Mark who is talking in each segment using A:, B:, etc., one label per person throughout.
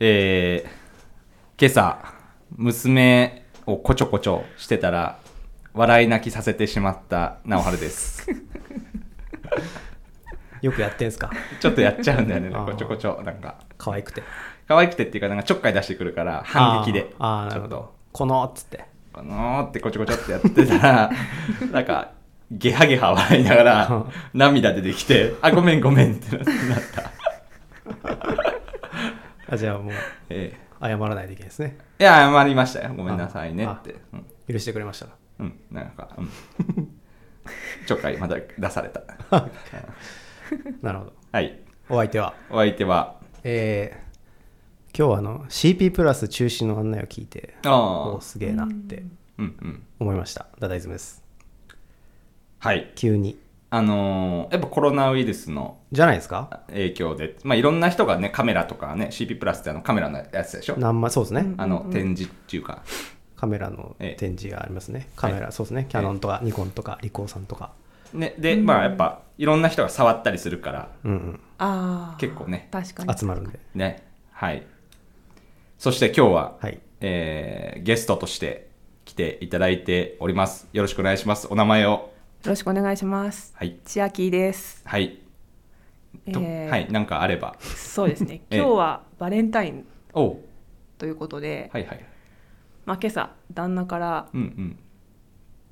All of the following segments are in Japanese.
A: えー今朝娘をこちょこちょしてたら笑い泣きさせてしまった直春です
B: よくやってんすか
A: ちょっとやっちゃうんだよね
B: あー
A: こちょこちょなんか
B: 可愛くて
A: 可愛くてっていうかなんかちょっかい出してくるから反撃で
B: あーあー
A: ち
B: なる
A: ょっ
B: ほど
A: と
B: このっつって
A: このーってこちょこちょってやってた らなんかゲハゲハ笑いながら涙出てきて「あごめんごめん」ってなった、
B: あじゃあもう
A: えー
B: 謝らないといけないですね
A: いや、謝りましたよ。ごめんなさいね
B: あ
A: って。うん
B: 許してくれました
A: うん、なんか、うん。ちょっかいまた出された。
B: かなるほど
A: はい。
B: お相手は
A: お相手は、
B: えー今日はあの CP プラス中止の案内を聞いて
A: あ
B: お
A: あ
B: ー、すげえなって
A: うんうん。
B: 思いましたダダイズムです
A: はい。
B: 急に
A: あのーやっぱコロナウイルスの
B: じゃないですか
A: 影響で、まあいろんな人がね、カメラとかね、CP プラスってあのカメラのやつでしょ
B: 何枚そうですね、
A: あの、展示っていうか、
B: カメラの
A: ええ
B: 展示がありますねカメラ、そうですねキャノンとかニコンとかリコーさんとか
A: ね、で、まあやっぱ、いろんな人が触ったりするから、
B: うんうん
C: ああ
A: 結構ね
C: 確かに
B: 集まるんで
A: ね。はい。そして今日は、
B: はい
A: えーゲストとして来ていただいております。よろしくお願いします。お名前を。
C: よろしくお願いします
A: はい。
C: 千秋です、
A: はい。と
C: えー
A: はい。なんかあれば。
C: そうですね
A: ええ
C: 今日はバレンタイン
A: おう
C: ということで、
A: はいはい。
C: まあ、今朝旦那から
A: うんうん。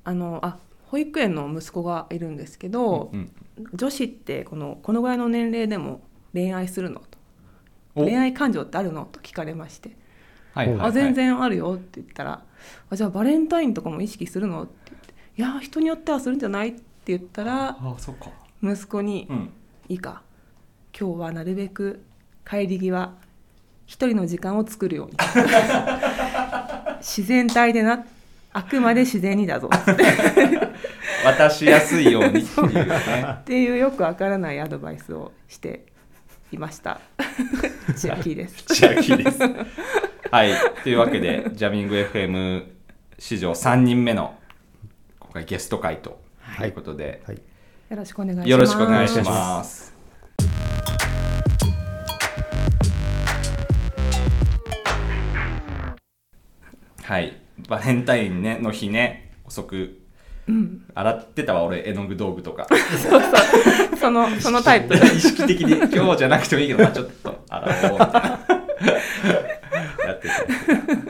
C: あのあ保育園の息子がいるんですけど、
A: うんうん
C: 女子ってこのこのぐらいの年齢でも恋愛するのと
A: お
C: 恋愛感情ってあるのと聞かれまして
A: はいはい、はい。
C: あ全。然あるよって言ったらあじゃあバレンタインとかも意識するのって言っていやー人によってはするんじゃないって言ったら
A: あ、そうか。
C: 息子に
A: うん。
C: 「いいか今日はなるべく帰り際一人の時間を作るように自然体でなあくまで自然にだぞ」
A: 渡しやすいようにっていう ね。
C: っていうよくわからないアドバイスをしていました。千秋です。
A: 千秋です。はい。というわけで、ジャミング FM 史上3人目の今回ゲスト会ということで、
B: はい
C: よろしくお願いします。
A: よろしくお願いし
B: お願
A: ま
B: い
A: す。はい、バレンタインねの日ね遅く、洗ってたわ俺絵の具道具と か
C: そうそう。そのそのタイプ
A: 意。識的に今日じゃなくてもいいけど、まあ、ちょっと洗おうみたいな やってて、
B: なる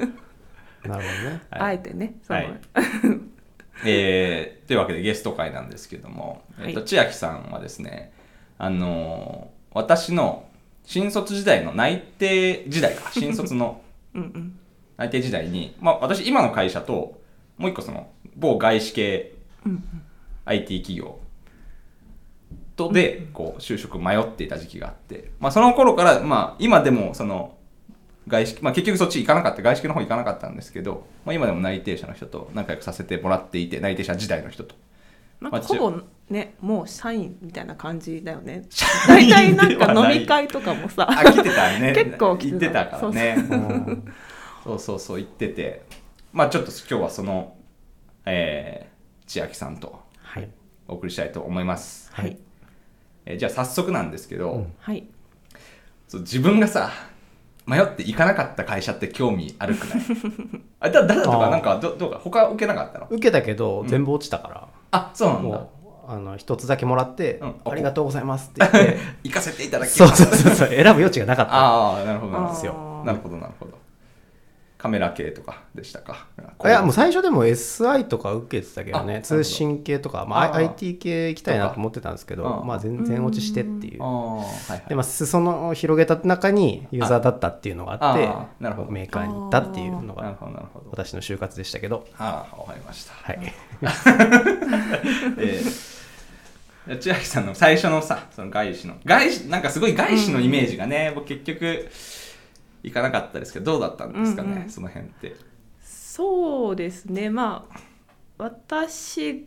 B: ほどね
C: あえてね。その
A: はいえーというわけでゲスト会なんですけども、えっと
C: はい
A: 千秋さんはですねあのー私の新卒時代の内定時代か新卒の
C: うんうん。
A: 内定時代に、まあ、私今の会社ともう一個その某外資系 IT 企業とでこう就職迷っていた時期があって、まあ、その頃から、まあ、今でもその外資、まあ、結局そっち行かなかった外資系の方行かなかったんですけど、まあ、今でも内定者の人と仲良くさせてもらっていて内定者時代の人と。
C: なんか
A: まあち
C: ほぼね、もう社員みたいな感じだよね。
A: 社
C: 大
A: 員ではない
C: 体なんか飲み会とかもさ、
A: あ来てたね
C: 結構来
A: 行ってて
C: た
A: たからね
B: うん
A: そうそうそう行っててまあちょっと今日はその、えー千秋さんと
B: はい
A: お送りしたいと思います、
C: はい
A: えーじゃあ早速なんですけど、
B: うん
C: はい。
A: そう自分がさ迷って行かなかった会社って興味ある くないあだだだと
B: あ
A: か
B: ー
A: なんかどどうか他受けなかったの
B: 受けたけど全部落ちたから、
A: あそうなんだ
B: もうあの一つだけもらって、
A: うん
B: ありがとうございますって言って
A: 行かせてい ただき
B: そ
A: ま
B: う
A: す
B: そうそうそう選ぶ余地がなかった
A: ああなるほどなる
C: あ
A: ほ
B: ですよ
A: ど
C: ー
A: なるほどなるほどカメラ系とかでしたか
B: いやもう
A: さ
B: 最初でも SI とか受けてたけど
A: あなる
B: ね
A: ほど
B: 通信系とか、まあ、
A: あー
B: IT 系行きたいなと思ってたんですけ
A: そうか
B: ど
A: うん
B: まあ、全然落ちしてっていう
A: ああはいはい
B: で、まあ、裾野を広げた中にユーザーだったっていうのがあって
A: ああーなるほど
B: メーカーに行ったっていうの
A: なる
B: が
A: ほどなるほど
B: 私の就活でしたけど
A: ああわかりました
B: はい
A: えー、じゃあ千秋さんの最初のさその外資の外資なんかすごい外資のイメージがね、僕結局行かなかったですけどどうだったんですかね、
C: うんうん
A: その辺って
C: そうですねまあ私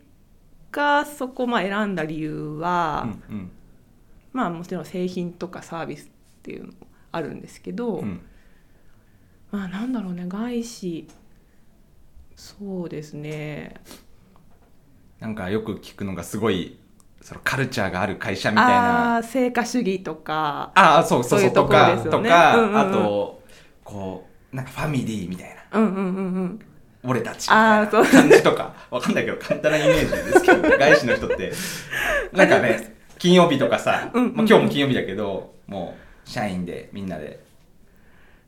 C: がそこまあ選んだ理由は、
A: うんうん
C: まあもちろん製品とかサービスっていうのもあるんですけど、
A: うん
C: まあなんだろうね外資そうですね
A: なんかよく聞くのがすごいそのカルチャーがある会社みたい
C: あ
A: な
C: あー成果主義とか
A: ああそうそう
C: そう
A: そ
C: いううと
A: と
C: ころ
A: か
C: ですよ
A: と
C: ね
A: か、
C: うんうんうん
A: あとこうなんかファミリーみたいな
C: うんうんうんうん
A: 俺たちみたい
C: あ
A: な
C: ーそう
A: 感じとかわかんないけど簡単なイメージですけど外資の人 ってなんかね金曜日とかさ、
C: うんうんうん
A: まあ、今日も金曜日だけどもう社員でみんなで、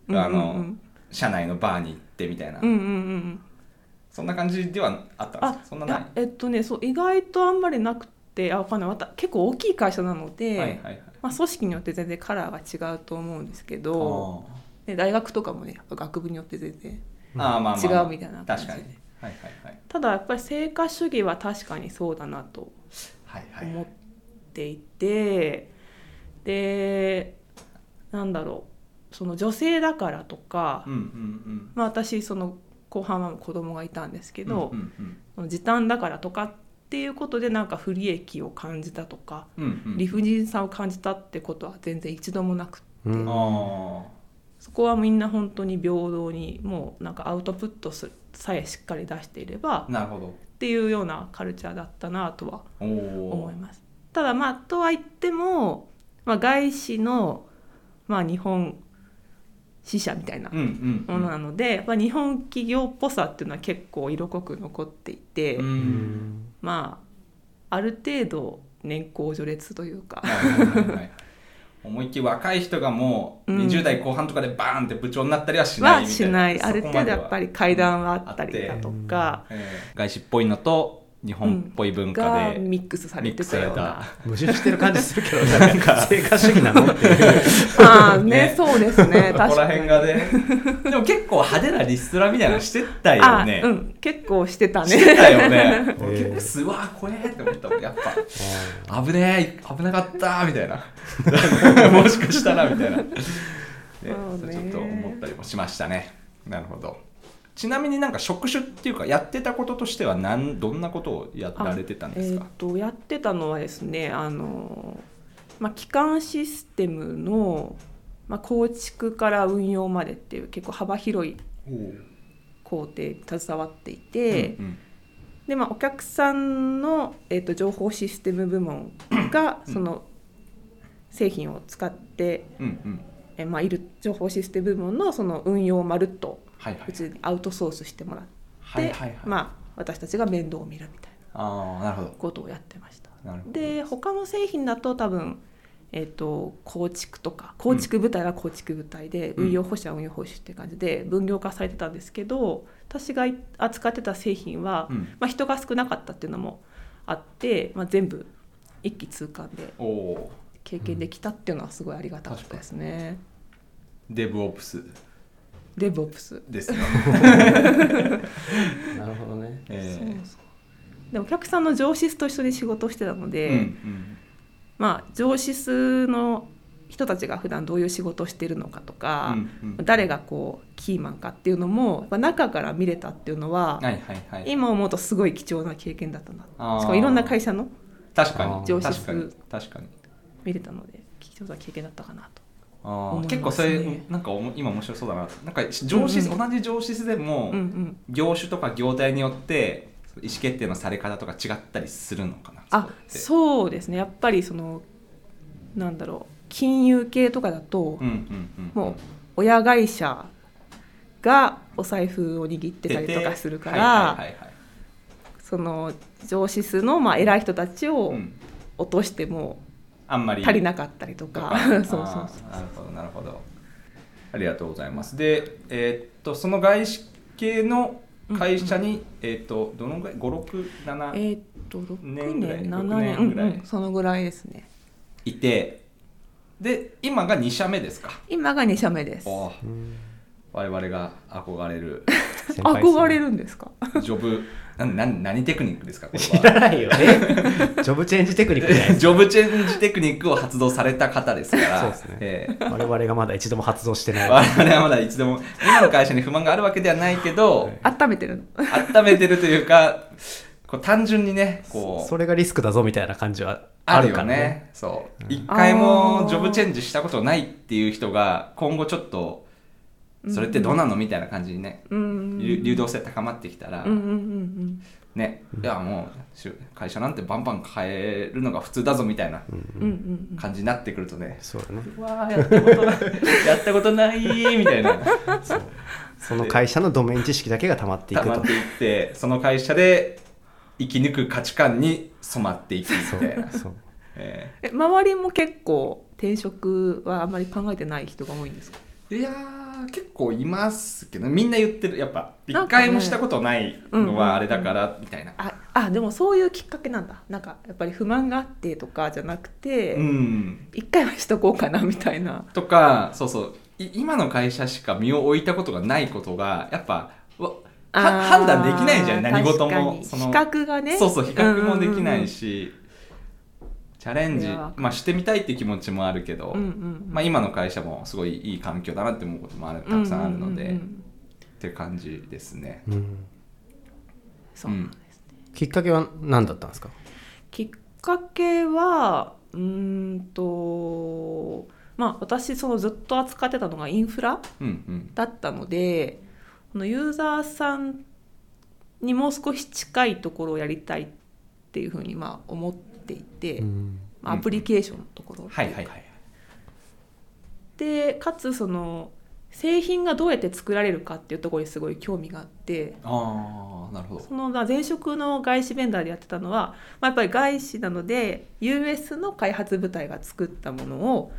C: うんうんうん
A: あの社内のバーに行ってみたいな、
C: うんうんうん
A: そんな感じではあったん
C: あ
A: ですかそんなない
C: いやえっとねそう意外とあんまりなくてあわかんないわた結構大きい会社なので、
A: はいはいはい
C: まあ、組織によって全然カラーが違うと思うんですけ
A: あ
C: ど
A: ー
C: で大学とかもね学部によって全然
A: あーまあまあ、まあ、
C: 違うみたいな感
A: 確
C: じで
A: かにはいはいはい
C: ただやっぱり成果主義は確かにそうだなと
A: はいはい
C: 思っていて、でなんだろうその女性だからとか、
A: うんうんうん
C: まあ、私その後半は子供がいたんですけど、
A: うんうん
C: その時短だからとかっていうことでなんか不利益を感じたとか、
A: うんうんうん
C: 理不尽さを感じたってことは全然一度もなくて
B: うん
A: あ
C: そこはみんな本当に平等にもうなんかアウトプットするさえしっかり出していれば
A: あなるほど
C: っていうようなカルチャーだったなとは
A: おお
C: 思います。ただまあとは言っても、まあ、外資の、まあ、日本支社みたいな
A: うんうん
C: ものなので、まあ、日本企業っぽさっていうのは結構色濃く残っていて、
A: う
B: うんん
C: まあある程度年功序列というか、
A: 思いっきり若い人がもう
C: うん
A: 20代後半とかでバーンって部長になったりはしない
C: は
A: みた
C: し
A: いな
C: ないある
A: そこ
C: 程
A: ま
C: 度
A: では
C: やっぱり階段はあったり
A: あ
C: だ
A: って
C: とか、
A: えー外資っぽいのと日本っぽい文化
C: が
A: で
C: ミックスさ
A: ミ
C: れ
A: ック
C: て
A: スさ
C: た
A: れ
C: よう
A: た
C: な。
B: 矛盾してる感じするけ どなんか成果主義なのっていう
C: ああね
A: ね
C: そうですね
A: こ
C: 確 か
A: こ
C: に。
A: ら辺がねでも結構派手なリストラみたいなのしてたよ
C: あ
A: ね
C: ーうん結構して たね。
A: してたよ ね
B: えー
A: 俺結構すわー怖えって思ったもんやっぱ危ねえ危なかったーみたい なもしかしたらみたいな、ね
C: そうね
A: ちょっと思ったりもしましたねなるほどちなみになんか職種っていうかやってたこととしてはなんどんなことをやられてたんです
C: あ
A: か、
C: えー、とやってたのはですねあの、まあ、機関システムの、まあ、構築から運用までっていう結構幅広い
A: おう
C: 工程に携わっていて、
A: うんうん
C: でまあ、お客さんの、えー、と情報システム部門が
A: うん
C: その製品を使って、
A: うんうん
C: えーまあ、いる情報システム部門のその運用をまるっと
A: はいはいう
C: ちにアウトソースしてもらっ
A: は
C: て、
A: いはいはい、あ
C: まあ、私たちが面倒を見るみたい
A: あーなるほど
C: なことをやってました。
A: なるほど
C: で他の製品だと多分、えー、と構築とか構築部隊は構築部隊で、
A: うん
C: 運用保守は運用保守って感じで分業化されてたんですけど私が扱ってた製品は、
A: うん
C: まあ、人が少なかったっていうのもあって、まあ、全部一気通貫で
A: おお
C: 経験できたっていうのはすごいありがたかったですね。
A: デブオプス
C: デブオプス
A: ですね、
B: なるほどね
A: え
C: そう
A: ー
C: そうでお客さんの上司と一緒に仕事をしてたので、
A: うんうん
C: まあ、上司の人たちが普段どういう仕事をしてるのかとか、
A: うんうん
C: 誰がこうキーマンかっていうのもやっぱ中から見れたっていうのは、
A: はいはいはい
C: 今思うとすごい貴重な経験だったな
A: あー
C: しかもいろんな会社の
A: 確かに
B: 上
C: 司
A: 確かに確かに
C: 見れたので貴重な経験だったかなと。
A: あ
C: 思いま
A: ー
C: す
A: 結
C: ね
A: 構それなんかおも今面白そうだななんか上司、
C: うんう
A: 同じ上司でも、
C: うんうん、
A: 業種とか業態によって意思決定のされ方とか違ったりするのかな
C: あ
A: う
C: そうですねやっぱりそのなんだろう金融系とかだと、
A: うんうんうん
C: もう親会社がお財布を握ってたりとかするから、
A: はいはいはいはい
C: その上司数のまあ偉い人たちを
A: うん
C: 落としても
A: あんまり
C: 足りなかったりと か、
A: あ
C: そうそうそう
A: ーなるほどなるほどありがとうございますでえーっとその外資系の会社に、えーっとどのぐらい567、
C: えーっと6
A: 年
C: 年
A: ぐらい
C: 7年
A: 6年ぐらい
C: うんうんそのぐらいですね
A: いてで今が2社目ですか
C: 今が2社目です
A: おー
B: うん
A: 我々が憧れ る
B: 先輩っすね
C: 憧れるんですか
A: ジョブなんなん何テクニックですかこ
B: 知
A: れ
B: ら
A: は
B: ないよ えジョブチェンジテクニックじゃないです
A: ジョブチェンジテクニックを発動された方ですから
B: そうですね
A: ええ
B: か 我々がまだ一度も発動してない
A: 我々はまだ一度も今の会社に不満があるわけではないけど、
B: はい
C: 温めてるの
A: 温めてるというかこう単純にねこう
B: それがリスクだぞみたいな感じは
A: あ
B: あ
A: る
B: る
A: よ
B: から
A: ね
B: ね
A: そう
B: うん
A: 一回も
C: あー
A: ジョブチェンジしたことないっていう人が今後ちょっとそれってどうなのみたいな感じにね、
C: うん
A: 流流動性高まってきたら、
C: うんうんうんうん
A: ね、いやもうし会社なんてバンバン変えるのが普通だぞみたいな
C: うんうん
A: 感じになってくるとね、
B: そうだね
A: うわーやったことないやったことないみたいな
B: そうその会社のドメイン知識だけが溜まっていく
A: 溜ま
B: と
A: っていってその会社で生き抜く価値観に染まっていくみ
B: そう
A: たいな、
B: そう
A: え
C: え周りも結構転職はあんまり考えてない人が多いんですか
A: ーいやー結構いますけどみんな言ってるやっぱ
C: な
A: 一
C: んかね
A: 回もしたことないのはあれだからみたいな
C: ああでもそういうきっかけなんだなんかやっぱり不満があってとかじゃなくて、
A: うん
C: 一回はしとこうかなみたいな
A: とかそうそうい今の会社しか身を置いたことがないことがやっぱわは
C: あー
A: 判断できないじゃん何事
C: 確か
A: も
C: に
A: その
C: 比較がね
A: そうそう比較もできないし、チャレンジ
C: いやわかる
A: まあ、してみたいって気持ちもあるけど、
C: うんうんうん
A: まあ、今の会社もすごいいい環境だなって思うこともあるたくさんあるので、
C: うんうんう
A: っ
C: ん
A: て感じですね。
B: うん
C: そうなんですね、
B: きっかけは何だったんですか
C: きっかけはうーんとまあ私そのずっと扱ってたのがインフラ
A: うんうん
C: だったのでこのユーザーさんにもう少し近いところをやりたいっていうふうにまあ思っていて、
B: うん
C: まあアプリケーションのところ
A: はいはいはい。
C: でかつその製品がどうやって作られるかっていうところにすごい興味があって
A: ああなるほど。
C: そのまあ前職の外資ベンダーでやってたのは、まあ、やっぱり外資なので US の開発部隊が作ったものを、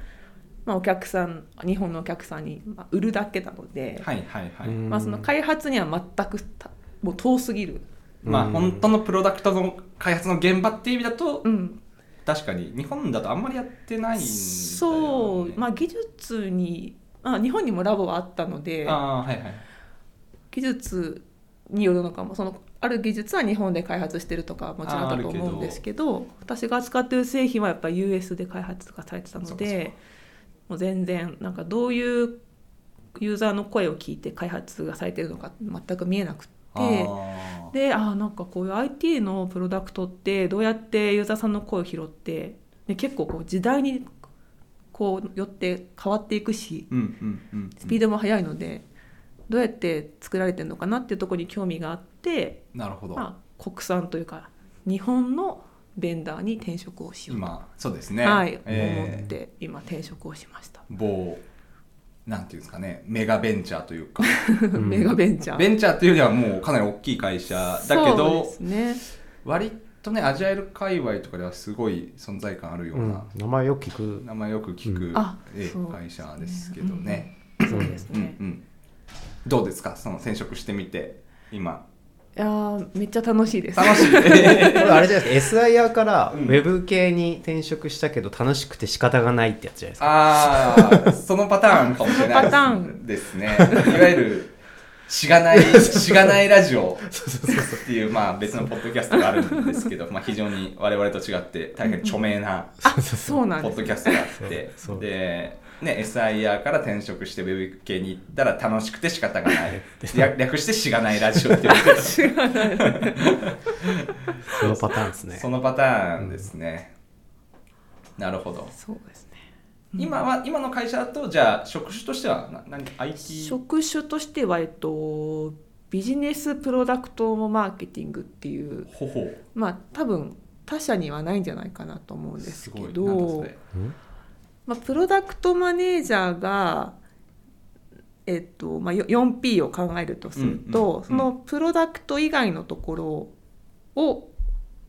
C: まあ、お客さん日本のお客さんにまあ売るだけなので、
A: はいはいはい。
B: うん
C: まあ、その開発には全くたもう遠すぎる、
A: まあ
B: うん
A: 本当のプロダクトの開発の現場っていう意味だと、
C: うん、
A: 確かに日本だとあんまりやってないんだよね。
C: そう、まあ、技術に、まあ、日本にもラボはあったので
A: あーはいはい。
C: 技術によるのかもそのある技術は日本で開発してるとかはもちろんあったと思うんですけど私が扱ってる製品はやっぱ US で開発がされてたの
A: そうかそうか
C: でもう全然なんかどういうユーザーの声を聞いて開発がされてるのか全く見えなくって
A: あー
C: であーなんかこういう IT のプロダクトってどうやってユーザーさんの声を拾ってで結構こう時代にこうよって変わっていくし
A: うんうんうんうん。
C: スピードも速いので、どうやって作られてるのかなっていうところに興味があって、
A: なるほど。
C: まあ、国産というか日本のベンダーに転職をしようと、
A: 今そうですね。
C: はい
A: えー
C: 思って今転職をしました、
A: 某なんていうんですかねメガベンチャーというか
B: ん
C: メガベンチャー
A: ベンチャーというよりはもうかなり大きい会社だけ
C: そう
A: ど
C: ですね
A: 割とねアジャイル界隈とかではすごい存在感あるよう
B: うん
A: な、
B: 名前よく聞く
A: 名前よく聞く、
B: う
C: あ
A: ええ
C: そう
A: 会社ですけどね。
C: そうです
A: うん
C: ね、
A: うんどうですかその転職してみて今
C: いやーめっちゃ楽しいです
A: 楽しい え
B: これあれじゃないですか SIR から
A: う
B: ウ
A: ん
B: ェブ系に転職したけど楽しくて仕方がないってやつじゃないですか
A: ああそのパターンかもしれ
C: そのパタ
A: な
C: ー
A: い
C: ン
A: ですねいわゆるしが ないしがないラジオっていうまあ別のポッドキャストがあるんですけど、まあ、非常に我々と違って大変著名な
C: あそうなん
A: ポッ
C: です
A: ドキャストがあって
B: そうそう
A: で、ね、SIR から転職してウェブ系に行ったら楽しくて仕方がない 略略してしがないラジオっていう
B: そのパターンですね
A: そのパターンですね、なるほど
C: そうですね
A: 今は今の会社だとじゃあ職種としてはな何 IT
C: 職種としてはえっとビジネスプロダクトマーケティングっていう
A: ほほう
C: まあ多分他社にはないんじゃないかなと思うんです
A: す
C: け
A: ごいなんだそ
C: ど
A: れ
B: うん
C: まあ、プロダクトマネージャーが、えっとまあ、よ 4P を考えるとすると、
A: うんうんうん
C: そのプロダクト以外のところを、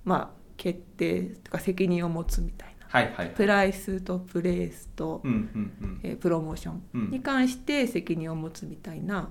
C: まあ、決定とか責任を持つみたいな
A: はいはいはい
C: プライスとプレイスと、
A: うんうんうん
C: えープロモーショ
A: う
C: ン
A: ん
C: に関して責任を持つみたいな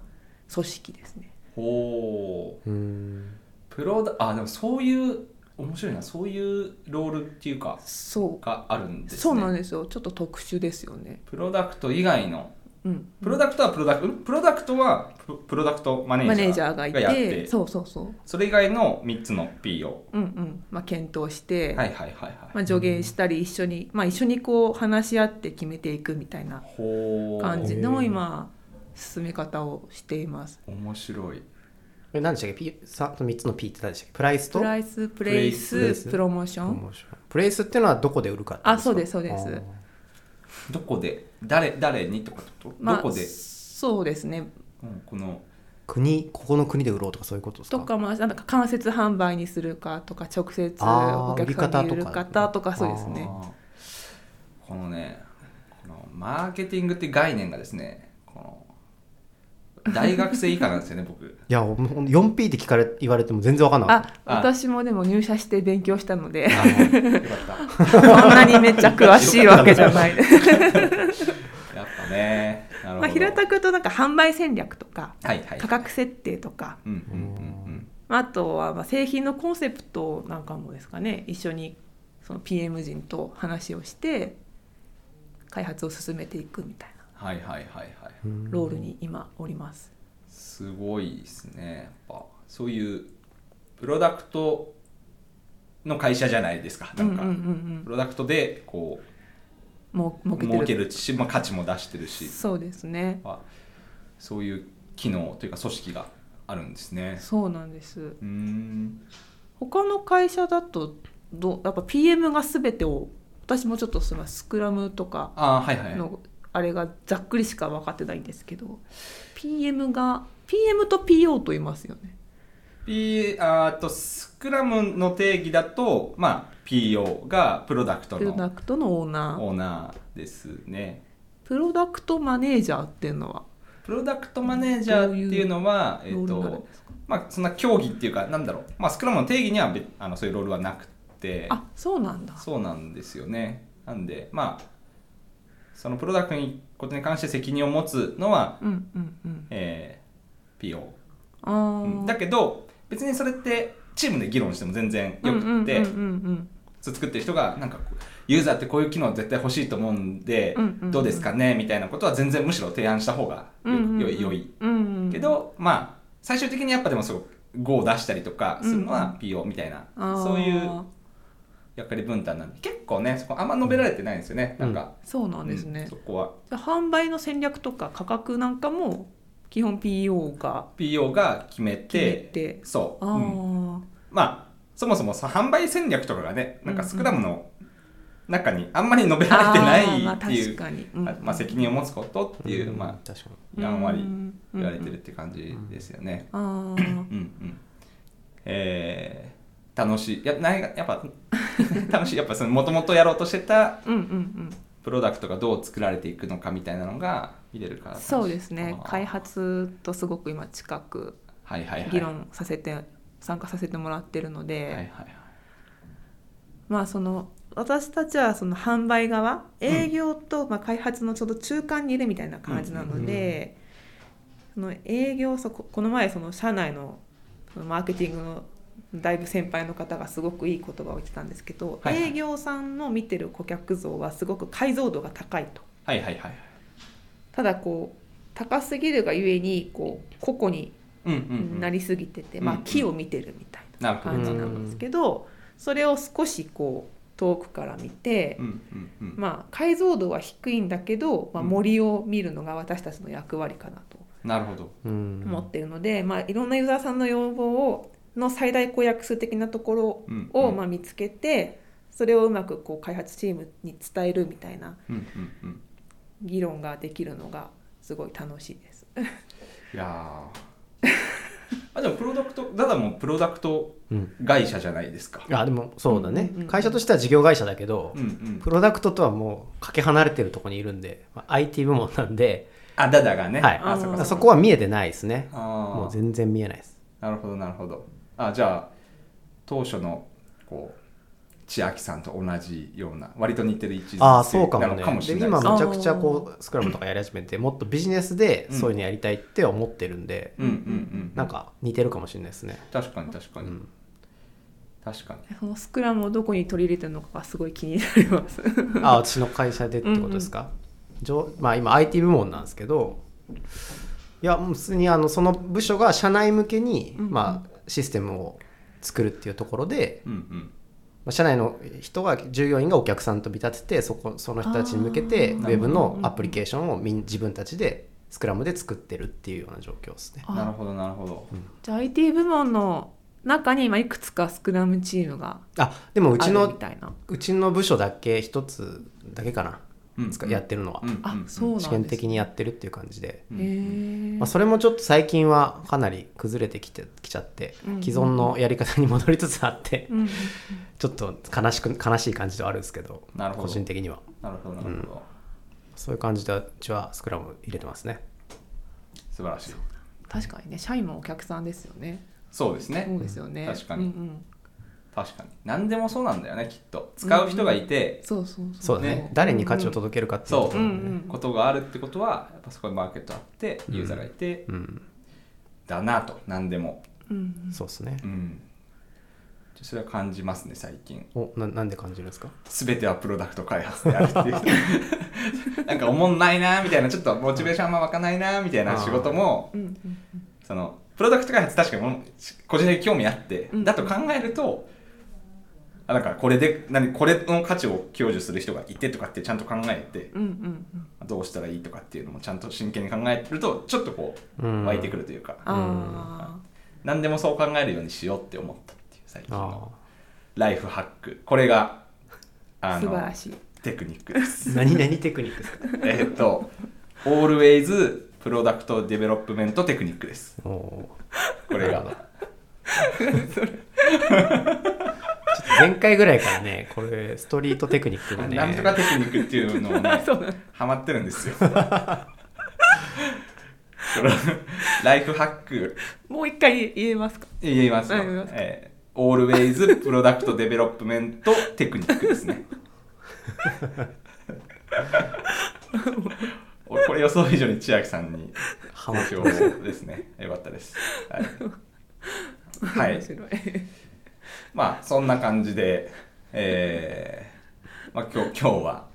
C: 組織ですね。
A: ほう
B: うん
A: プロダあでもそういう面白いなそういうロールっていうか
C: そう
A: があるんですね
C: そうなんですよちょっと特殊ですよね。
A: プロダクト以外の
C: うん、
A: プロダクトはプロダクトプロダクトはプロプロダクトマネ
C: マネー
A: ー
C: ジ
A: ジ
C: ャ
A: ャ
C: ー
A: ー
C: がい
A: が
C: て
A: やって
C: そうそうそう、
A: それ以外の3つの P を
C: うんうんまあ、検討して、
A: はいはいはい
C: ま
A: はい
C: あ、助言したり一緒に、まあ、一緒にこう話し合って決めていくみたいな
A: ほう
C: 感じ
B: へ
C: の
B: ー
C: 今進め方をしています。
A: 面白い
B: え何でしたっけ P さ3つの P って何でしたっけプライスと
C: プライスプレイス
B: プレイス
C: プロモーシ
B: プ
C: ョ
B: ロ
C: ン
B: モーションプレイスっていうのはどこで売るかってことか
C: あそうですそうです
B: あー
A: どこで誰誰にとかってこと、
C: まあ
A: どこで、
C: そうですね
A: うんこの
B: 国ここの国で売ろうとかそういうことですか
C: とかもなんか間接販売にするかとか直接
B: あー
C: お客さんに売
B: 売り
C: る
B: 方とか
C: 方とかそうですね
A: あーこのねこのマーケティングって概念がですねこの大学生以下なんですよね 僕
B: いやもう 4P って聞かれ言われても全然わかんなかっ
C: あ私もでも入社して勉強したので
A: あーよかっ
C: そんなにめっちゃ詳しいわけじゃない
A: たやっぱねなるほ
C: ま
A: ど
C: あ平たく言うとなんか販売戦略とか
A: はいはい
C: 価格設定とか
A: うんうんうん
C: あとはまあ製品のコンセプトなんかもですかね一緒にその PM 人と話をして開発を進めていくみたいな
A: うんはいはいはいはい
B: た、うん
C: ロールに今おります。
A: すごいですねやっぱそういうプロダクトの会社じゃないですかなんか、
C: うんうんうん
A: プロダクトでこ
C: うん、もう
A: う
C: 儲けてる
A: 儲けるし、まあ、価値も出してるし
C: そうですね
A: はそういう機能というか組織があるんですね。
C: そうなんです
A: うーん
C: 他の会社だとどうやっぱ PM が全てを私もちょっとすみませんスクラムとか
A: あーはいはいはい
C: のあれがざっくりしか分かってないんですけど PM が PM と PO と言いますよね
A: P あーっとスクラムの定義だと、まあ、PO がプロダクト
C: プロダ
A: の
C: クトのオーナー
A: オーナーですね。
C: プロダクトマネージャーっていうのは
A: プロダクトマネージャーっていうのは
C: どういう
A: えっ
C: ロールになるん
A: とまあ、そんな競技っていうかなんだろう、まあ、スクラムの定義には別あのそういうロールはなくて
C: あそうなんだ
A: そうなんですよね。なんでまあそのプロダクトにことに関して責任を持つのは、
C: うんうんうん
A: えー PO
C: あー、
A: うんだけど別にそれってチームで議論しても全然よくって、
C: うんうんうん
A: 作ってる人がなんかこうユーザーってこういう機能絶対欲しいと思うんで、
C: うんうんうん
A: どうですかねみたいなことは全然むしろ提案した方が
C: うんうんうん
A: よよい良い
C: うんうんうん
A: けど、まあ最終的にやっぱでもすごく5を出したりとかするの
C: うん
A: は PO みたいな、
C: あー
A: そういう役割分担なんで結構ねそこあんま述べられてないんですよね、なんか、
C: そうなんですね、
A: うんそこは
C: じゃあ販売の戦略とか価格なんかも基本 PO が
A: PO が決め
C: 決め
A: て
C: て
A: そう、
C: ああ、
A: うんまあそもそもさ販売戦略とかがねなんかスクラムの中にあんまり述べられてない
C: あーまあ
A: ってい
C: 確
A: う、
C: かに、
A: あまあ、責任を持つことっていう、
B: ん
A: ま
B: 確かに
A: あやんわり言われて
C: る
A: るって感じですよね。
C: あ
A: うん うんえー楽しいやないやっぱ 楽しいやっぱそのもともとやろうとしてた
C: あうんうんうん
A: プロダクトがどう作られていくのかみたいなのが見れるから楽しい
C: そうですね
A: あー
C: 開発とすごく今近く
A: はいはいはい
C: 議論させて、参加させてもらってるので、
A: はいはいはい
C: まあその私たちはその販売側営業とまあ開発のちょうど中間にいるみたいな感じなので、その営業そここの前その社内のそのマーケティングのだいぶ先輩の方がすごくいい言葉を言ってたんですけど、
A: はいはい
C: 営業さんの見てる顧客像はすごく解像度が高いと
A: はいはいはい
C: ただこう高すぎるがゆえにこう個々に
A: うんうん、うん、
C: なりすぎてて、まあ
A: うんうん
C: 木を見てるみたい
A: なる
C: な
A: ほど
C: 感じなんですけど、それを少しこう遠くから見て
A: う、んうんうん
C: まあ、解像度は低いんだけど、まあ、
A: うん
C: 森を見るのが私たちの役割かなと
A: なるほど
B: うん
C: 思っているので、まあ、いろんなユーザーさんの要望をの最大公約数的なところ
A: うん
C: を、
A: うん
C: まあ、見つけてそれをうまくこう開発チームに伝えるみたいな
A: うんうんうん
C: 議論ができるのがすごい楽しいです。
A: いやーあでもプロダクトダダもプロダクト
B: うん
A: 会社じゃないですか
B: あでもそうだね、
C: うんうんうん
B: 会社としては事業会社だけど、
A: うんうん
B: プロダクトとはもうかけ離れてるところにいるんで、まあ、IT 部門なんで、
A: あダダがね、
B: はい、
C: あ
A: あ
B: だ
A: そ
B: か
A: こ
B: ら
A: そ
B: そこは見えてないですね
A: あ
B: もう
A: ー
B: 全然見えないです
A: なるほどなるほどあじゃあ当初のこう千秋さんと同じような割と似てる位置づけ
B: ああそうかも
A: な
B: ね
A: のかもし
B: で
A: れない
B: 今
A: です
B: めちゃくちゃこうスクラムとかやり始めてもっとビジネスでそういうのやりたいって思ってるんで、
A: うんうんうん
B: なんか似てるかもしれないですね、
A: 確かに確か
B: う
A: に、
B: ん、
A: 確かに
C: そのスクラムをどこに取り入れてるのかがすごい気になります。
B: あ私の会社でってことですか、上まあ、今 IT 部門なんですけどいやもう普通にあのその部署が社内向けに、
C: うんうん
B: まあ、システムを作るっていうところで、
A: うんうん
B: まあ、社内の人が従業員がお客さんと見立ててそこその人たちに向けて
C: あ
B: ウ
A: ー
B: ェブのアプリケーションをみん自分たちでスクラムで作ってるっていうような状況ですね。
A: なるほどなるほど、
C: じゃあ IT 部門の中に今いくつかスクラムチームが
B: あでもう
C: あ
B: ち
C: るみ
B: の
C: たいな。
B: うちの部署だけ一つだけかな、
A: うん
B: つかやってるのは、
A: うんうん
C: あそうなんです
B: 試験的にやってるっていう感じで、
A: うん
C: へえ
B: まあ、それもちょっと最近はかなり崩れてきてきちゃって
C: うん
B: 既存のやり方に戻りつつあって
C: うんうん
B: ちょっと悲しく悲しい感じではあるんですけど
A: なるほど
B: 個人的には
A: なるほどなるほど、
B: そういう感じでうちはスクラム入れてますね
A: 素晴らしい
C: 確かにね社員もお客さんですよね
A: そうですね
C: そうですよね
A: 確かに
C: うんうん
A: 確かに何でもそうなんだよねきっと使う人がいて、
C: そうそうそ
B: そう
C: う
B: だね
A: ね
B: 誰に価値を届けるかっていうところ
A: そう
C: うん
B: ね
C: うん
A: ことがあるってことはやっぱそこにマーケットあってユーザーがいて、
B: うん
A: だなと何でも
C: うん
B: そうですね
A: うんそれは感じますね最近
B: おななんで感じるんですか
A: 全てはプロダクト開発であるって いうなんかおもんないなみたいなちょっとモチベーションあんま湧かないなみたいな仕事も
C: うんうんうん
A: そのプロダクト開発確かにもの個人的に興味あって、
C: うん
A: だと考えるとあなんかこれで何これの価値を享受する人がいてとかってちゃんと考えて
C: うんうんうん
A: どうしたらいいとかっていうのもちゃんと真剣に考えてるとちょっとこう
B: うん
A: 湧いてくるというか、
C: あ
A: 何でもそう考えるようにしようって思ったっていう最近の
B: あ
A: ライフハックこれが
C: あ
A: あ
C: 素晴ら
A: の
C: しい
A: テクニックです
B: ー 何何テクニックですか
A: えっと Always プロダクトデベロップメントテクニックです
B: おー
A: これ
B: なるほ
A: が
B: どちょっと前回ぐらいからねこれストリートテクニックがね
A: なんとかテクニックっていうのをね
C: そうなの
A: ハマってるんですよ これライフハック
C: もう一回言えますか
A: 言いますよ
C: はい言います、
A: えー、Always プロダクトデベロップメントテクニックですね俺これ予想以上に千秋さんに
B: ハマ
A: 好
B: って
A: 評
B: ます
A: ですねよかったですはい、は
C: 面
A: い、
C: 白い
A: まあそんな感じでえーまあ、今日今日は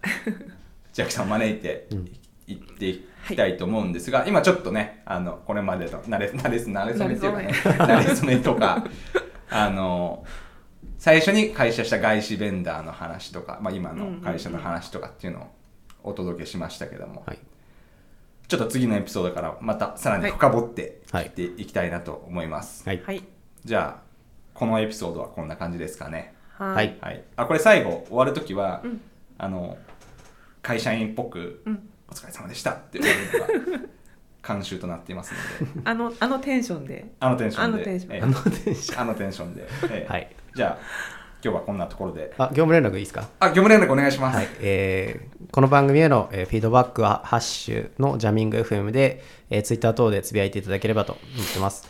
A: 千秋さんを招いて
B: うん
A: い行っていきたいと思うんですが、今ちょっとねあのこれまでの慣れ慣れ慣れ初めっていうかね慣れ初めとか あの最初に会社した外資ベンダーの話とか、まあ、今の会社の話とかっていうのをお届けしましたけども、
B: はい
A: ちょっと次のエピソードからまたさらに深掘って
B: はい
A: 聞いていきたいなと思います、
B: はい
C: はい
A: じゃあこのエピソードはこんな感じですかね
C: は
B: はい
C: い
A: はい、あこれ最後終わる時は、
C: うん
A: あの会社員っぽく
C: うん
A: 「お疲れ様でした」って終わるのが慣習となっていますの で
C: あのあのテンションで
A: あのテンションで
C: あのテンション
A: ええ
B: あの電車
A: あのテンションで、ええ
B: はい
A: じゃあ今日はこんなところで
B: あ業務連絡いいですか
A: あ業務連絡お願いします、
B: はい、えーこの番組への、えーフィードバックは、ハッシュのジャミング FM で、えー、ツイッター等でつぶやいていただければと思ってます。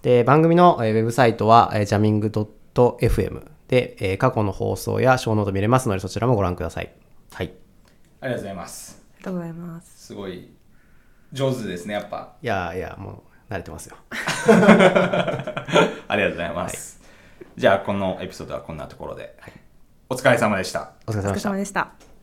B: で、番組の、えーウェブサイトは、えー、ジャミング .fm で、えー過去の放送や小ノート見れますので、そちらもご覧ください。はい。
A: ありがとうございます
C: ありがとうございます
A: すごい上手ですねやっ ぱ
B: いやーいや、もう慣れてますよ。
A: ありがとうございます、じゃあこのエピソードはこんなところで、お疲れ様でした
B: お疲れ
C: お疲
B: 様
C: れ
B: でした
C: 様。でした